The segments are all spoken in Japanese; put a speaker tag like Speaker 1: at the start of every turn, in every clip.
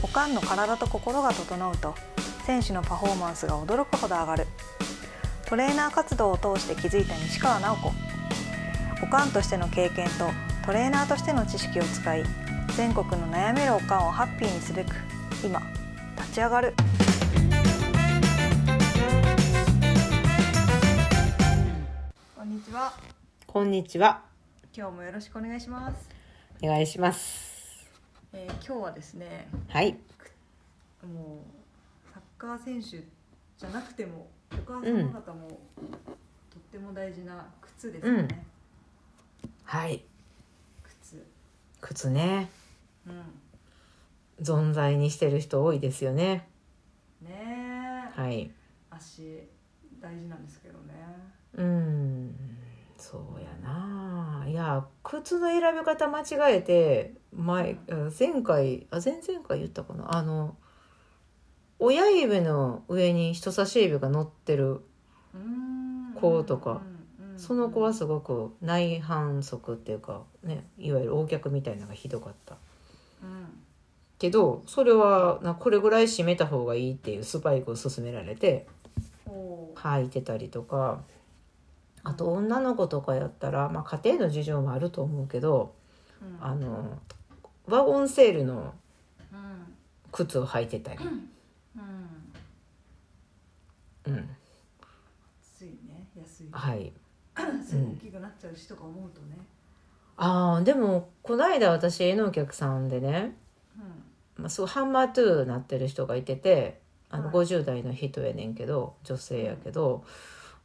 Speaker 1: 股間の体と心が整うと選手のパフォーマンスが驚くほど上がるトレーナー活動を通して気づいた西川直子おかんとしての経験とトレーナーとしての知識を使い全国の悩めるおかんをハッピーにすべく今立ち上がるこんにちは
Speaker 2: こんにちは。
Speaker 1: 今日もよろしくお願いします、
Speaker 2: お願いします。
Speaker 1: えー今日はですね
Speaker 2: はい。
Speaker 1: もうサッカー選手じゃなくてもお母様方も、とっても大事な靴ですよね、
Speaker 2: はい。
Speaker 1: 靴
Speaker 2: 靴ね。
Speaker 1: うん
Speaker 2: 存在にしてる人多いですよね。
Speaker 1: ねえ、
Speaker 2: はい。
Speaker 1: 足大事なんですけどね
Speaker 2: うん。そうやな。いや、靴の選び方間違えて、前、うん前回、あ、前々回言ったかな。あの、親指の上に人差し指が乗ってる
Speaker 1: うーん
Speaker 2: 子とか
Speaker 1: うんうん
Speaker 2: その子はすごく内反則っていうかねいわゆる横脚みたいなのがひどかった
Speaker 1: うん
Speaker 2: けどそれはなこれぐらい締めた方がいいっていうスパイクを勧められて
Speaker 1: おー
Speaker 2: 履いてたりとかあと女の子とかやったら、まあ、家庭の事情もあると思うけど
Speaker 1: うん
Speaker 2: あのワゴンセールの
Speaker 1: うん
Speaker 2: 靴を履いてたり、
Speaker 1: うん
Speaker 2: うん、
Speaker 1: 安いね安 い
Speaker 2: はい。
Speaker 1: すぐ大きくなっちゃうしとか思うとね
Speaker 2: あーでもこないだ私のお客さんでね、
Speaker 1: う
Speaker 2: まあ、すごいハンマートゥーなってる人がいててあの
Speaker 1: はい
Speaker 2: 50代の人やねんけど女性やけど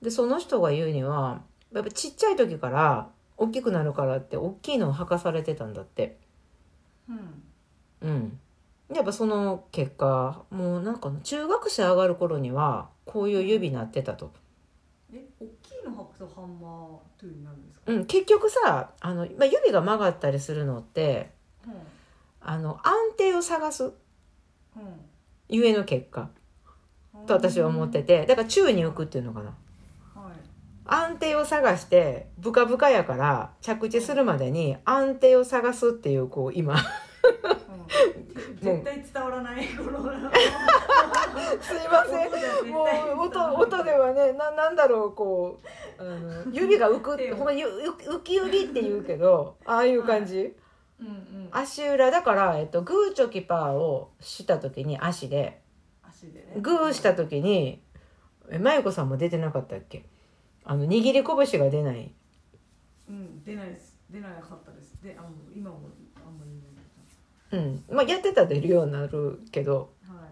Speaker 2: でその人が言うにはやっぱちっちゃい時から大きくなるからって大きいのを履かされてたんだって。
Speaker 1: んうん
Speaker 2: うん、やっぱその結果もうなんか中学生上がる頃にはこういう指なってたと。
Speaker 1: え大きいの履くとハンマートゥーになるんですか
Speaker 2: うん、結局さあの、まあ、指が曲がったりするのって
Speaker 1: う
Speaker 2: あの安定を探す
Speaker 1: んうん
Speaker 2: ゆえの結果と私は思って
Speaker 1: て、
Speaker 2: てだから宙に浮くっていうのかな。
Speaker 1: はい、
Speaker 2: 安定を探してブカブカやから着地するまでに安定を探すっていうこう 今す
Speaker 1: うん
Speaker 2: も
Speaker 1: 絶
Speaker 2: う
Speaker 1: 対伝わらないこの音
Speaker 2: いません
Speaker 1: ん
Speaker 2: もう音音ではねななんだろうこうあの指が浮く ってほんまゆゆ浮き指って言うけどああいう感じ
Speaker 1: うんうん
Speaker 2: 足裏だから、えっと、グーチョキパーをした時に足で
Speaker 1: 足でね
Speaker 2: グーした時にえまゆこさんも出てなかったっけあの握り拳が出ない
Speaker 1: うん出ないです出なかったですであの今もあんまりい
Speaker 2: うんまあやってたら出るようになるけど
Speaker 1: ないはい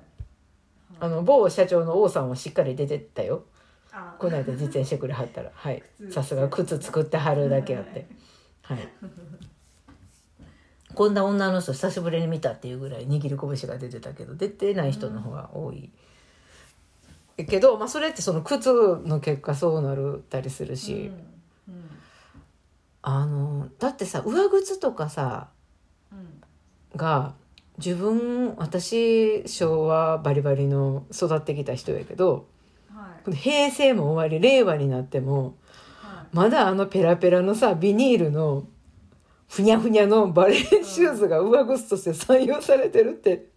Speaker 2: あの某社長の王さんもしっかり出てったよ
Speaker 1: あ
Speaker 2: こないだ実演してくれはったらはい
Speaker 1: 靴
Speaker 2: さすが靴作ってはるだけあってはいこんな女の人久しぶりに見たっていうぐらい握り拳が出てたけど出てない人の方が多い、けど、まあ、それってその靴の結果そうなるたりするし、
Speaker 1: うんうん
Speaker 2: あのだってさ上靴とかさ
Speaker 1: うん
Speaker 2: が自分私昭和バリバリの育ってきた人やけど
Speaker 1: はい
Speaker 2: 平成も終わり令和になっても
Speaker 1: は
Speaker 2: まだあのペラペラのさビニールのふにゃふにゃのバレエシューズが上靴として採用されてるって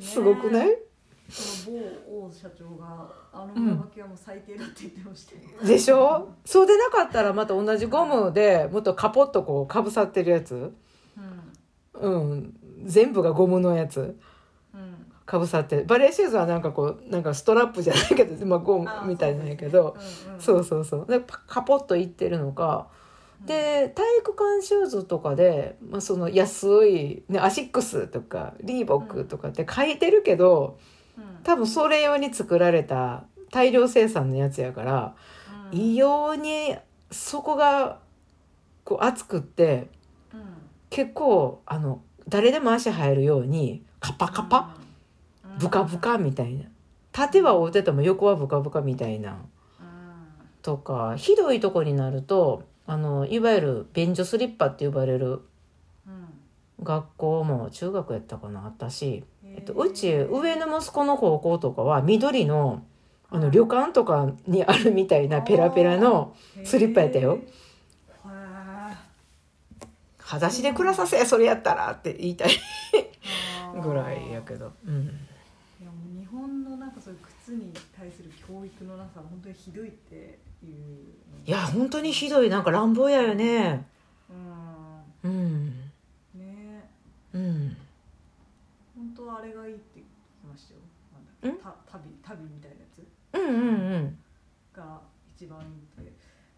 Speaker 1: い
Speaker 2: すごくない、
Speaker 1: ねえその某王社長があの上履きはもう最低だって言ってましたよ
Speaker 2: でしょそうでなかったらまた同じゴムでもっとカポッとこうかぶさってるやつ
Speaker 1: うん
Speaker 2: うん全部がゴムのやつ
Speaker 1: うん
Speaker 2: かぶさってるバレエシューズはなんかこうなんかストラップじゃないけど、まあ、ゴムみたいなんやけど
Speaker 1: うんうん
Speaker 2: そうそうそうでパカポッといってるのかで体育館シューズとかで、まあ、その安い、ね、アシックスとかリーボックとかって書いてるけど、
Speaker 1: うん
Speaker 2: 多分それ用に作られた大量生産のやつやから、
Speaker 1: うん
Speaker 2: 異様にそこがこう厚くって
Speaker 1: うん
Speaker 2: 結構あの誰でも足入るようにカパカパ、
Speaker 1: うん
Speaker 2: ブカブカみたいな縦は覆ってても横はブカブカみたいな。
Speaker 1: うん
Speaker 2: とかひどいとこになるとあのいわゆる便所スリッパって呼ばれる
Speaker 1: うん
Speaker 2: 学校も中学やったかなあったし、えっと、
Speaker 1: へー
Speaker 2: うち上の息子の高校とかは緑のあ
Speaker 1: は
Speaker 2: の
Speaker 1: い
Speaker 2: 旅館とかにあるみたいなペラペラのスリッパやったよ
Speaker 1: へーへー
Speaker 2: 「裸足で暮らさせそれやったら」って言いたい
Speaker 1: ああー
Speaker 2: ぐらいやけど、うん、
Speaker 1: いやもう日本のなんかそういう靴に対する教育のなさ本当にひどいっていう
Speaker 2: いや本当にひどいなんか乱暴やよね
Speaker 1: うん
Speaker 2: うん
Speaker 1: ねえ
Speaker 2: うん
Speaker 1: 本当はあれがいいって聞きましたよなんだっ
Speaker 2: ん
Speaker 1: けた旅旅みたいなやつ
Speaker 2: うんうんうん
Speaker 1: が一番いいって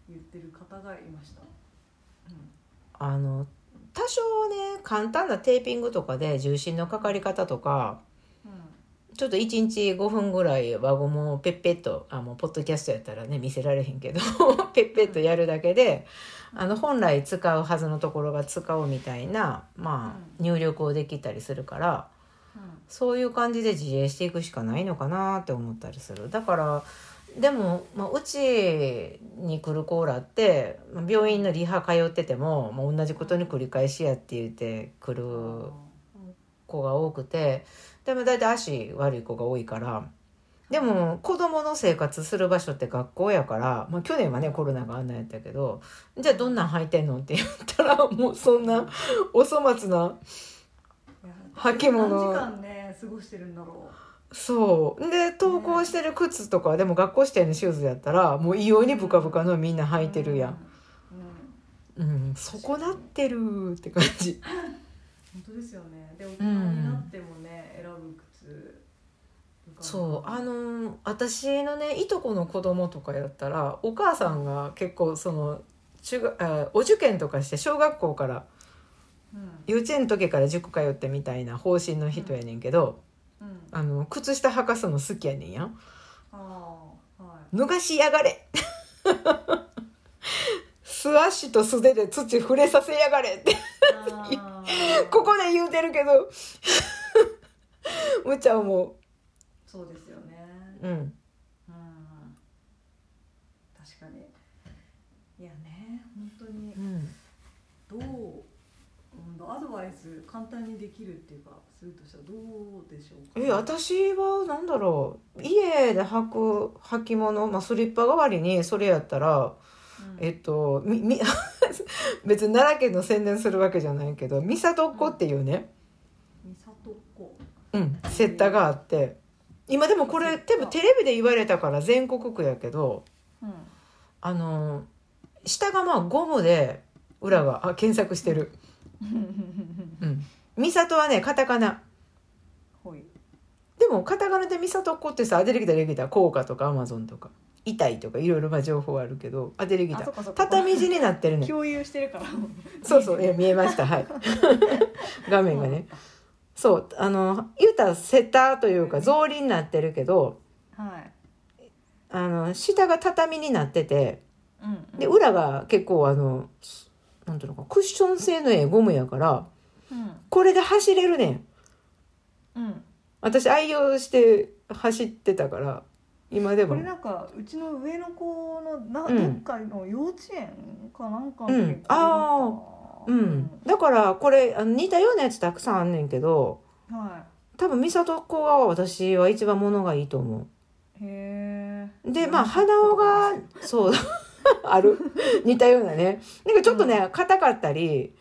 Speaker 1: 言ってる方がいました、うん、
Speaker 2: あの多少ね簡単なテーピングとかで重心のかかり方とか
Speaker 1: う
Speaker 2: ちょっと1日5分ぐらい輪ゴムをペッペッとあもうポッドキャストやったらね見せられへんけど ペッペッとやるだけであの本来使うはずのところが使うみたいな、まあ、入力をできたりするから
Speaker 1: んうん
Speaker 2: そういう感じで自衛していくしかないのかなって思ったりするだからでも、まあ、うちに来るコーラってまあ病院のリハ通ってても、まあ、同じことに繰り返しやって言って来る子が多くてでも大体足悪い子が多いからでも子供の生活する場所って学校やから、まあ、去年はねコロナがあんなんやったけどじゃあどんなん履いてんのって言ったらもうそんなお粗末ない
Speaker 1: や
Speaker 2: 履き
Speaker 1: 何
Speaker 2: 物
Speaker 1: 時間ね過ごしてるんだろ
Speaker 2: そうで登校してる靴とかでも学校指定のシューズやったらもう異様にブカブカのみんな
Speaker 1: う
Speaker 2: 履いてるやん、
Speaker 1: うん、うん
Speaker 2: うん、そこなってるって感じ
Speaker 1: 本当ですよねで大人になってもね、選ぶ靴
Speaker 2: そうあ
Speaker 1: の
Speaker 2: のー私のねいとこの子供とかやったらお母さんが結構その中学あお受験とかして小学校から
Speaker 1: うん
Speaker 2: 幼稚園の時から塾通ってみたいな方針の人やねんけど、
Speaker 1: うんあ
Speaker 2: あの靴下履かすの好きやねんやん
Speaker 1: あは
Speaker 2: 脱がしやがれ 素足と素手で土触れさせやがれ って
Speaker 1: いあー
Speaker 2: ここで言うてるけど むっちゃんも
Speaker 1: そうですよね
Speaker 2: う、うん、
Speaker 1: うん、確かにいやね本当に
Speaker 2: うん、
Speaker 1: どう、うん、アドバイス簡単にできるっていうかするとしたらどうでしょうか
Speaker 2: え私は何だろう家で履く履物、まあ、スリッパ代わりにそれやった
Speaker 1: う
Speaker 2: ら
Speaker 1: ん
Speaker 2: えっとみみ 別に奈良県の宣伝するわけじゃないけど三郷っ子っていうね、
Speaker 1: 美里っ子
Speaker 2: うん、セッタがあって今でもこれでもテレビで言われたから全国区やけど
Speaker 1: うん
Speaker 2: あの下がまあゴムで裏があ検索してる、うん、三郷はねカタカナ
Speaker 1: ほい
Speaker 2: でもカタカナで「ミサトコ」ってさ出てきた出てきた効果とかアマゾンとか痛いとかいろいろまあ情報はあるけどあ出てき
Speaker 1: あそ
Speaker 2: た
Speaker 1: こそこ
Speaker 2: 畳地になってるね
Speaker 1: 共有してるから
Speaker 2: そうそういや見えましたはい 画面がねそうあの言うたらセターというか草履になってるけど
Speaker 1: はい
Speaker 2: あの下が畳になってて
Speaker 1: うん
Speaker 2: で裏が結構あのなんていうのかクッション性のええゴムやから
Speaker 1: うん
Speaker 2: これで走れるねん
Speaker 1: うん
Speaker 2: 私愛用して走ってたから今で
Speaker 1: こ
Speaker 2: も
Speaker 1: れなんかうちの上の子のな、
Speaker 2: うん
Speaker 1: どっかの幼稚園かなんかの
Speaker 2: うん
Speaker 1: 結構だった
Speaker 2: うん、だからこれあの似たようなやつたくさんあんねんけど
Speaker 1: うんは
Speaker 2: 多分美里子が私は一番物がいいと思
Speaker 1: いへ
Speaker 2: う
Speaker 1: え
Speaker 2: でまあ鼻緒がそう ある似たようなねなんかちょっとね、硬かったり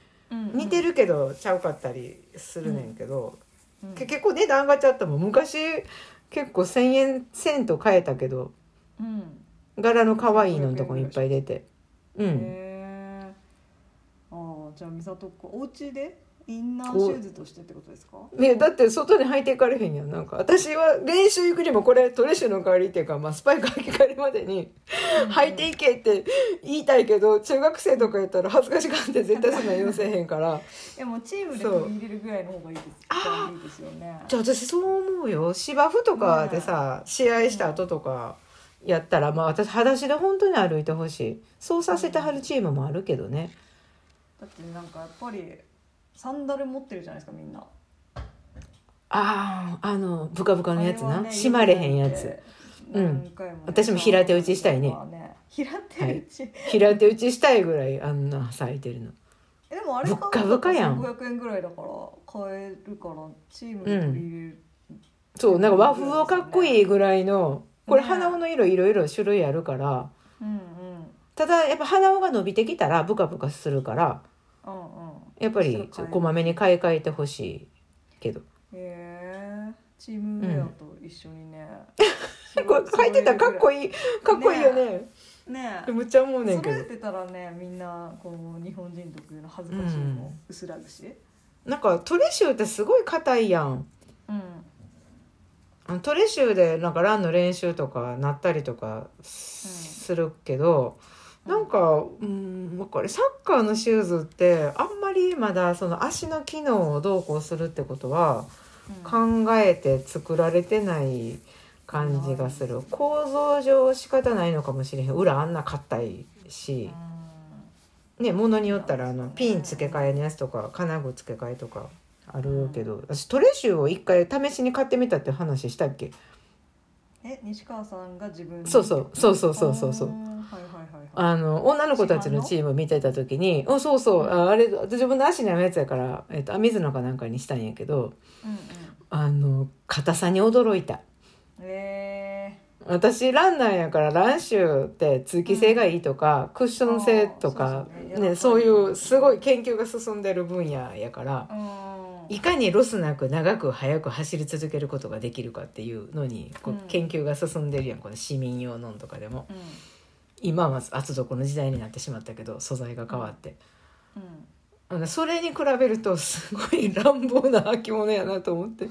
Speaker 2: 似て
Speaker 1: る、
Speaker 2: るけどちゃうかったりするねんけど、
Speaker 1: うん
Speaker 2: け結構値段上がっちゃったもん昔結構1,000円1,000と変えたけど
Speaker 1: うん
Speaker 2: 柄の可愛いのとかもいっぱい出てう
Speaker 1: へ
Speaker 2: ん
Speaker 1: えああじゃあ美里っ子お家でインナーシューズとしてってことですか
Speaker 2: いやだって外に履いていかれへんやんなんか私は練習行くにもこれトレッシュの代わりっていうか、まあ、スパイク履き替えるまでに履いていけって言いたいけど中学生とかやったら恥ずかしがって絶対そんなん言わせへんから
Speaker 1: いやもうチームで
Speaker 2: そう
Speaker 1: 取り入れるぐらいの方がいいです
Speaker 2: あ
Speaker 1: いいですよね
Speaker 2: じゃあ私そう思うよ芝生とかでさ、試合した後とかやったらまあ私裸足で本当に歩いてほしいそうさせてはるチームもあるけどね
Speaker 1: だってなんかやっぱりサンダル持ってるじゃないですかみんな
Speaker 2: あああのブカブカ
Speaker 1: あ
Speaker 2: の
Speaker 1: れ
Speaker 2: やつ
Speaker 1: は
Speaker 2: な
Speaker 1: ね
Speaker 2: 閉まれへんやつうん
Speaker 1: 何回もね
Speaker 2: 私も平手打ちしたいね
Speaker 1: そうね平手打ち、
Speaker 2: 平手打ちしたいぐらいあんな咲いてるの
Speaker 1: えでもあれ買う
Speaker 2: ぶっかぶかやん
Speaker 1: 500円ぐらいだから買えるからチームで取り入れる、
Speaker 2: そうなんか和風をかっこいいぐらいのこれ
Speaker 1: ね
Speaker 2: 鼻緒の色いろいろ種類あるから
Speaker 1: うん、うん
Speaker 2: ただやっぱ鼻緒が伸びてきたらブカブカするから
Speaker 1: うんうん
Speaker 2: やっぱりこまめに買い替えてほしいけど
Speaker 1: へえチームウェアと一緒にね、
Speaker 2: これ書いてたらかっこ
Speaker 1: い
Speaker 2: いいかっこいいよね
Speaker 1: いね
Speaker 2: むっちゃ思うねん
Speaker 1: そ
Speaker 2: け
Speaker 1: れっ
Speaker 2: ど
Speaker 1: てたらねみんなこう日本人特有の恥ずかしいも、
Speaker 2: うん
Speaker 1: 薄らぐし
Speaker 2: なんかトレシューってすごい硬いやん
Speaker 1: うん
Speaker 2: あのトレシューでなんかランの練習とかなったりとかするけど、なんか、うん、これサッカーのシューズってあんまりまだその足の機能をどうこうするってことは
Speaker 1: うん
Speaker 2: 考えて作られてない感じがする構造上仕方ないのかもしれへん裏あんな硬いし、ね物によったらあのピン付け替えのやつとか金具付け替えとかあるけど私トレシューを一回試しに買ってみたって話したっけ
Speaker 1: うんえ西川さんが自分
Speaker 2: そうそうそうそうそうそうそう
Speaker 1: あーはいはいはいはい
Speaker 2: あの女の子たちのチーム見てた時に「おそうそうああれ自分の足に合うやつやから、えっと、アミズノかなんかにしたんやけど
Speaker 1: うんうん
Speaker 2: あの硬さに驚いた
Speaker 1: え
Speaker 2: 私ランナーやからランシューって通気性がいいとか、クッション性と
Speaker 1: あーそう
Speaker 2: かそ,、
Speaker 1: そうう
Speaker 2: ね
Speaker 1: ね
Speaker 2: そういうすごい研究が進んでる分野やから
Speaker 1: ー、うん
Speaker 2: いかにロスなく長く速く走り続けることができるかっていうのにこう
Speaker 1: うん
Speaker 2: 研究が進んでるやんこの市民用のんとかでも
Speaker 1: うん
Speaker 2: 今は厚底の時代になってしまったけど素材が変わって。
Speaker 1: うん
Speaker 2: あのそれに比べるとすごい乱暴な履物やなと思って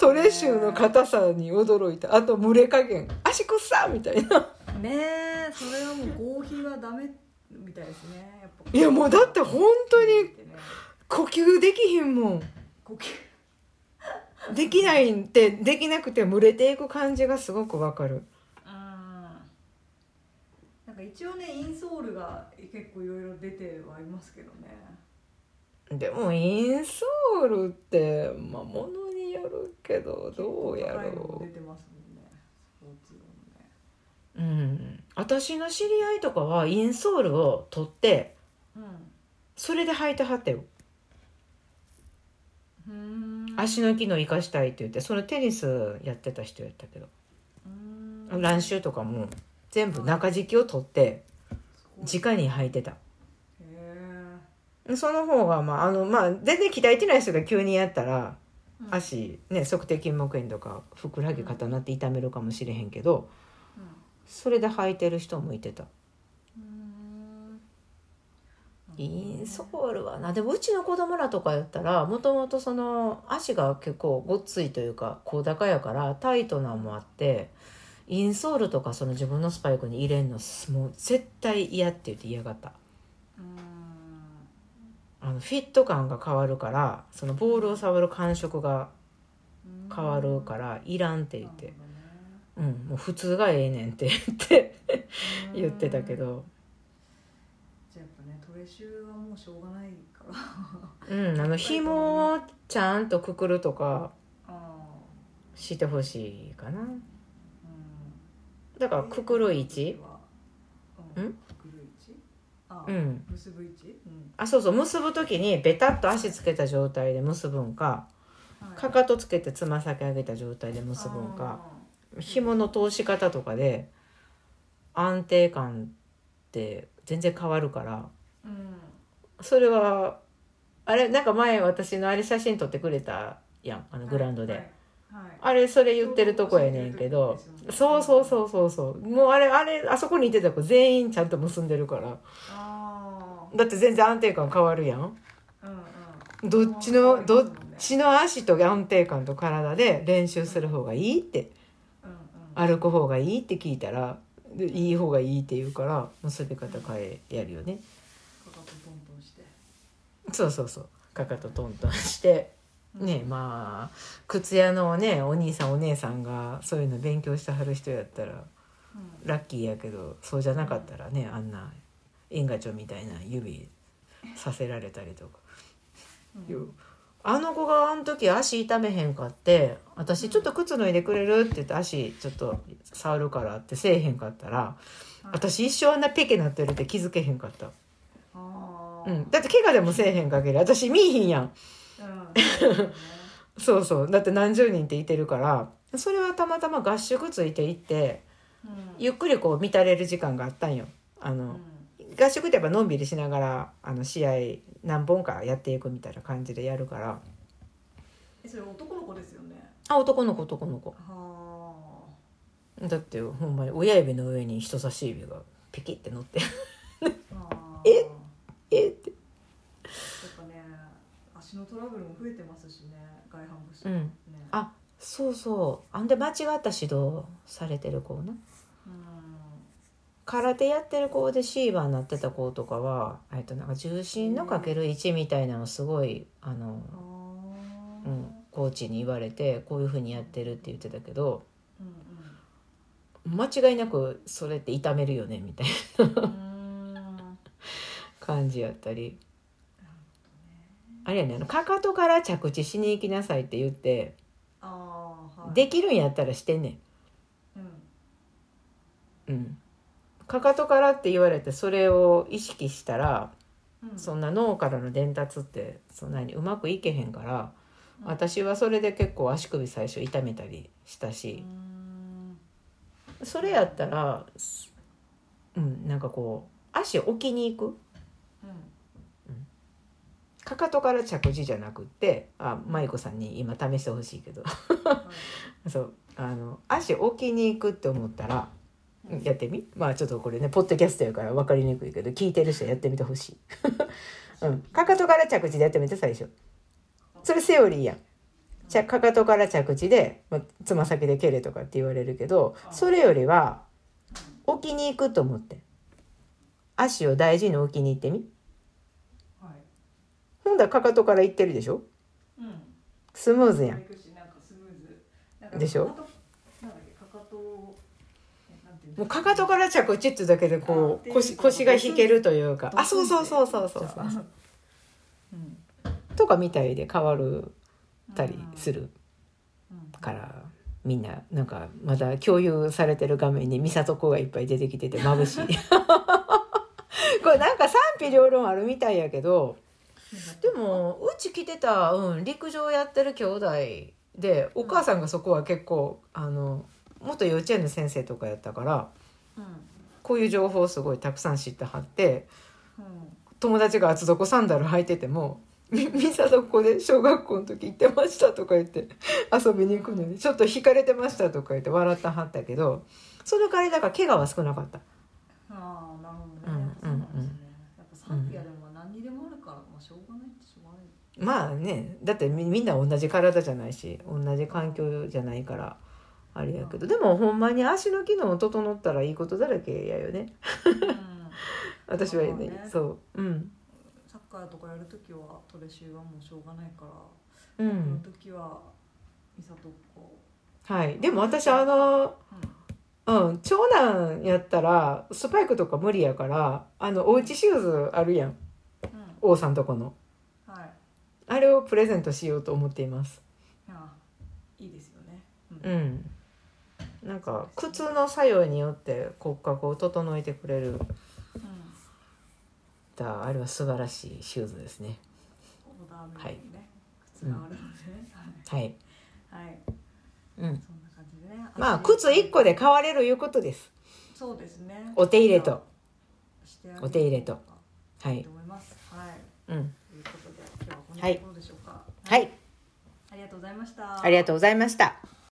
Speaker 2: トレッシューの硬さに驚いたあと蒸れ加減足くっさみたいな
Speaker 1: ねえそれはもう合皮はダメみたいですねやっぱ
Speaker 2: いやもうだって本当に
Speaker 1: ね
Speaker 2: 呼吸できひんも
Speaker 1: 呼吸
Speaker 2: んできないんでできなくて蒸れていく感じがすごくわかる
Speaker 1: うんなんか一応ねインソールが結構いろいろ出てはいますけどね
Speaker 2: でもインソールってまあものによるけどどうや
Speaker 1: 結構高いの
Speaker 2: ろ
Speaker 1: 出てますもんねスポーツのね
Speaker 2: ううん私の知り合いとかはインソールを取って
Speaker 1: う
Speaker 2: それで履いてはったよ
Speaker 1: んうーん
Speaker 2: 足の機能生かしたいって言ってそのテニスやってた人やったけど
Speaker 1: うーん
Speaker 2: 乱臭とかも全部中敷きを取って
Speaker 1: すごいへ
Speaker 2: 直に履いてた
Speaker 1: え
Speaker 2: その方がまああのまあ全然鍛えてない人が急にやったら
Speaker 1: うん
Speaker 2: 足ね足底筋膜炎とかふくらはぎ固なって痛めるかもしれへんけどそれで履いてる人もいてた
Speaker 1: うんうーん
Speaker 2: インソールはなでもうちの子供らとかやったらもともとその足が結構ごっついというか高高やからタイトなのもあってインソールとかその自分のスパイクに入れんのすもう絶対嫌って言って嫌がった
Speaker 1: うーん
Speaker 2: あのフィット感が変わるからそのボールを触る感触が
Speaker 1: うん
Speaker 2: 変わるからいらんって言っ
Speaker 1: な
Speaker 2: て
Speaker 1: る、ほどね
Speaker 2: うん、もう普通がええねんって 言って
Speaker 1: うーん
Speaker 2: 言ってたけど
Speaker 1: じゃあやっぱねトレシューはもうしょうがないから
Speaker 2: うんあの紐をちゃんとくくるとか
Speaker 1: あ
Speaker 2: してほしいかな
Speaker 1: ーうん
Speaker 2: だからくくる位置
Speaker 1: うん
Speaker 2: ん
Speaker 1: くくる位置あ
Speaker 2: うん
Speaker 1: 結ぶ位置うん
Speaker 2: あそうそう結ぶ時にベタッと足つけた状態で結ぶんか
Speaker 1: はい
Speaker 2: かかとつけてつま先上げた状態で結ぶんか紐の通し方とかで安定感って全然変わるから
Speaker 1: あーうん
Speaker 2: それはあれなんか前私のあれ写真撮ってくれたやんあのグラウンドで、
Speaker 1: はいはい
Speaker 2: あれそれ言ってるとこやねんけどそうそうそうそうそうもうあれあれあそこにいてた子全員ちゃんと結んでるから
Speaker 1: あ
Speaker 2: だって全然安定感変わるやん
Speaker 1: ーうんうん
Speaker 2: どっち
Speaker 1: う
Speaker 2: の
Speaker 1: ん
Speaker 2: どっちの足と安定感と体で練習する方がいいって
Speaker 1: うんうん
Speaker 2: 歩く方がいいって聞いたらでいい方がいいって言うから結び方変えてやるよね
Speaker 1: かかとトントンして
Speaker 2: そうそうそうかかとトントンしてねまあ靴屋のねお兄さんお姉さんがそういうの勉強してはる人やったら
Speaker 1: うん
Speaker 2: ラッキーやけどそうじゃなかったらねあんな縁ガチョみたいな指させられたりとか。
Speaker 1: うん
Speaker 2: あの子があの時足痛めへんかって私ちょっと靴脱いでくれるって言って足ちょっと触るからってせえへんかったら私一生あんなペケなってるって気づけへんかった、
Speaker 1: あー
Speaker 2: う
Speaker 1: うん
Speaker 2: ん、だって怪我でもせえへんかけり私見いひんやん
Speaker 1: そうだね
Speaker 2: そうそうだって何十人っていてるからそれはたまたま合宿ついていって
Speaker 1: うん
Speaker 2: ゆっくりこう見たれる時間があったんよあ
Speaker 1: う
Speaker 2: の
Speaker 1: ん
Speaker 2: 合宿ってやっぱのんびりしながらあの試合何本かやっていくみたいな感じでやるから
Speaker 1: えそれ男の子ですよね
Speaker 2: あ男の子男の子
Speaker 1: は
Speaker 2: だってほんまに親指の上に人差し指がピキって乗って
Speaker 1: ああー
Speaker 2: え
Speaker 1: やっ
Speaker 2: えって
Speaker 1: ぱね足のトラブルも増えてますしね外反母趾
Speaker 2: う
Speaker 1: ね、
Speaker 2: んあそうそうあんで間違った指導されてる子な
Speaker 1: うん
Speaker 2: 空手やってる子でシーバーになってた子とかはえっとなんか重心のかける1みたいなのすごいあの、
Speaker 1: あー
Speaker 2: う
Speaker 1: うん
Speaker 2: ん、コーチに言われてこういうふうにやってるって言ってたけど間違いなくそれって痛めるよねみたいな
Speaker 1: うんうんうーんなる
Speaker 2: 感じやったり
Speaker 1: ほどね
Speaker 2: あれやねあのかかとから着地しに行きなさいって言って
Speaker 1: あーはい
Speaker 2: できるんやったらしてんねん。
Speaker 1: うん
Speaker 2: うん、かかとからって言われてそれを意識したら、
Speaker 1: うん
Speaker 2: そんな脳からの伝達ってそんなにうまくいけへんから、
Speaker 1: うん
Speaker 2: 私はそれで結構足首最初痛めたりした
Speaker 1: うー
Speaker 2: し、
Speaker 1: ん
Speaker 2: それやったらすうんなんかこう足を置きに行く
Speaker 1: うん
Speaker 2: かかとから着地じゃなくってあ舞子さんに今試してほしいけど
Speaker 1: はい
Speaker 2: そうあの足置きに行くって思ったら。
Speaker 1: うん
Speaker 2: やってみまあちょっとこれねポッドキャストやから分かりにくいけど聞いてる人やってみてほしいうん、かかとから着地でやってみて最初それセオリーやんじゃあかかとから着地でまあつま先で蹴れとかって言われるけどそれよりは置きに行くと思って足を大事に置きに行ってみ
Speaker 1: はい
Speaker 2: ほんだらかかとから行ってるでしょ
Speaker 1: うん
Speaker 2: スムーズやん
Speaker 1: 行くしなんかスムーズなんか
Speaker 2: でしょ
Speaker 1: かかとなんだっけかかとをえなんていうん
Speaker 2: もうかかとから着地ってだけでこう腰腰が引けるというかあそうそうそうそうそうそう
Speaker 1: う、うん、
Speaker 2: とかみたいで変わるたりす
Speaker 1: る、
Speaker 2: る
Speaker 1: うん
Speaker 2: からみんななんかまだ共有されてる画面に美里子がいっぱい出てきてて眩しい これなんか賛否両論あるみたいやけどでもうち来てた、うん、陸上やってる兄弟でお母さんがそこは結構あの元幼稚園の先生とかやったから
Speaker 1: うん
Speaker 2: こういう情報をすごいたくさん知ってはって
Speaker 1: うん
Speaker 2: 友達が厚底サンダル履いてても「み美里ここで小学校の時行ってました」とか言って遊びに行くのに「ちょっと惹かれてました」とか言って笑ったはったけどその代わりだから怪我は少なかった。
Speaker 1: ああなるほどね、
Speaker 2: うんうんうん
Speaker 1: そうなんですねやっぱ賛否はでも何にでもあるから、まあしょうがないってしょうがない
Speaker 2: まあねだってみみんな同じ体じゃないし同じ環境じゃないからあれやけどでもほんまに足の機能整ったらいいことだらけやよね
Speaker 1: うん
Speaker 2: 私はね
Speaker 1: まあね
Speaker 2: そううん
Speaker 1: サッカーとかやるときはトレシーはもうしょうがないから、
Speaker 2: う
Speaker 1: その
Speaker 2: ん
Speaker 1: 時は美里子
Speaker 2: はいでも私あ
Speaker 1: う
Speaker 2: の
Speaker 1: ん
Speaker 2: うん、長男やったらスパイクとか無理やからあのおうちシューズあるやん
Speaker 1: うん
Speaker 2: 王さんとこの
Speaker 1: はい
Speaker 2: あれをプレゼントしようと思っています
Speaker 1: いやいいですよね
Speaker 2: うんなんか靴の作用によって骨格を整えてくれる
Speaker 1: うん
Speaker 2: だあれは素晴らしいシューズですね
Speaker 1: オーダーメイドにね、靴
Speaker 2: うん
Speaker 1: があるのでね、
Speaker 2: はい、
Speaker 1: はい、はい、
Speaker 2: うん、
Speaker 1: そんな感じでね
Speaker 2: まあ
Speaker 1: 足
Speaker 2: 靴1個で買われるいうことです
Speaker 1: そうですね
Speaker 2: お手入れと
Speaker 1: してあげる
Speaker 2: お手入れとはい
Speaker 1: い
Speaker 2: い
Speaker 1: と、思いますはい
Speaker 2: うん、
Speaker 1: ということで今日はこんなところでしょうか、
Speaker 2: はい
Speaker 1: ありがとうございました
Speaker 2: ありがとうございました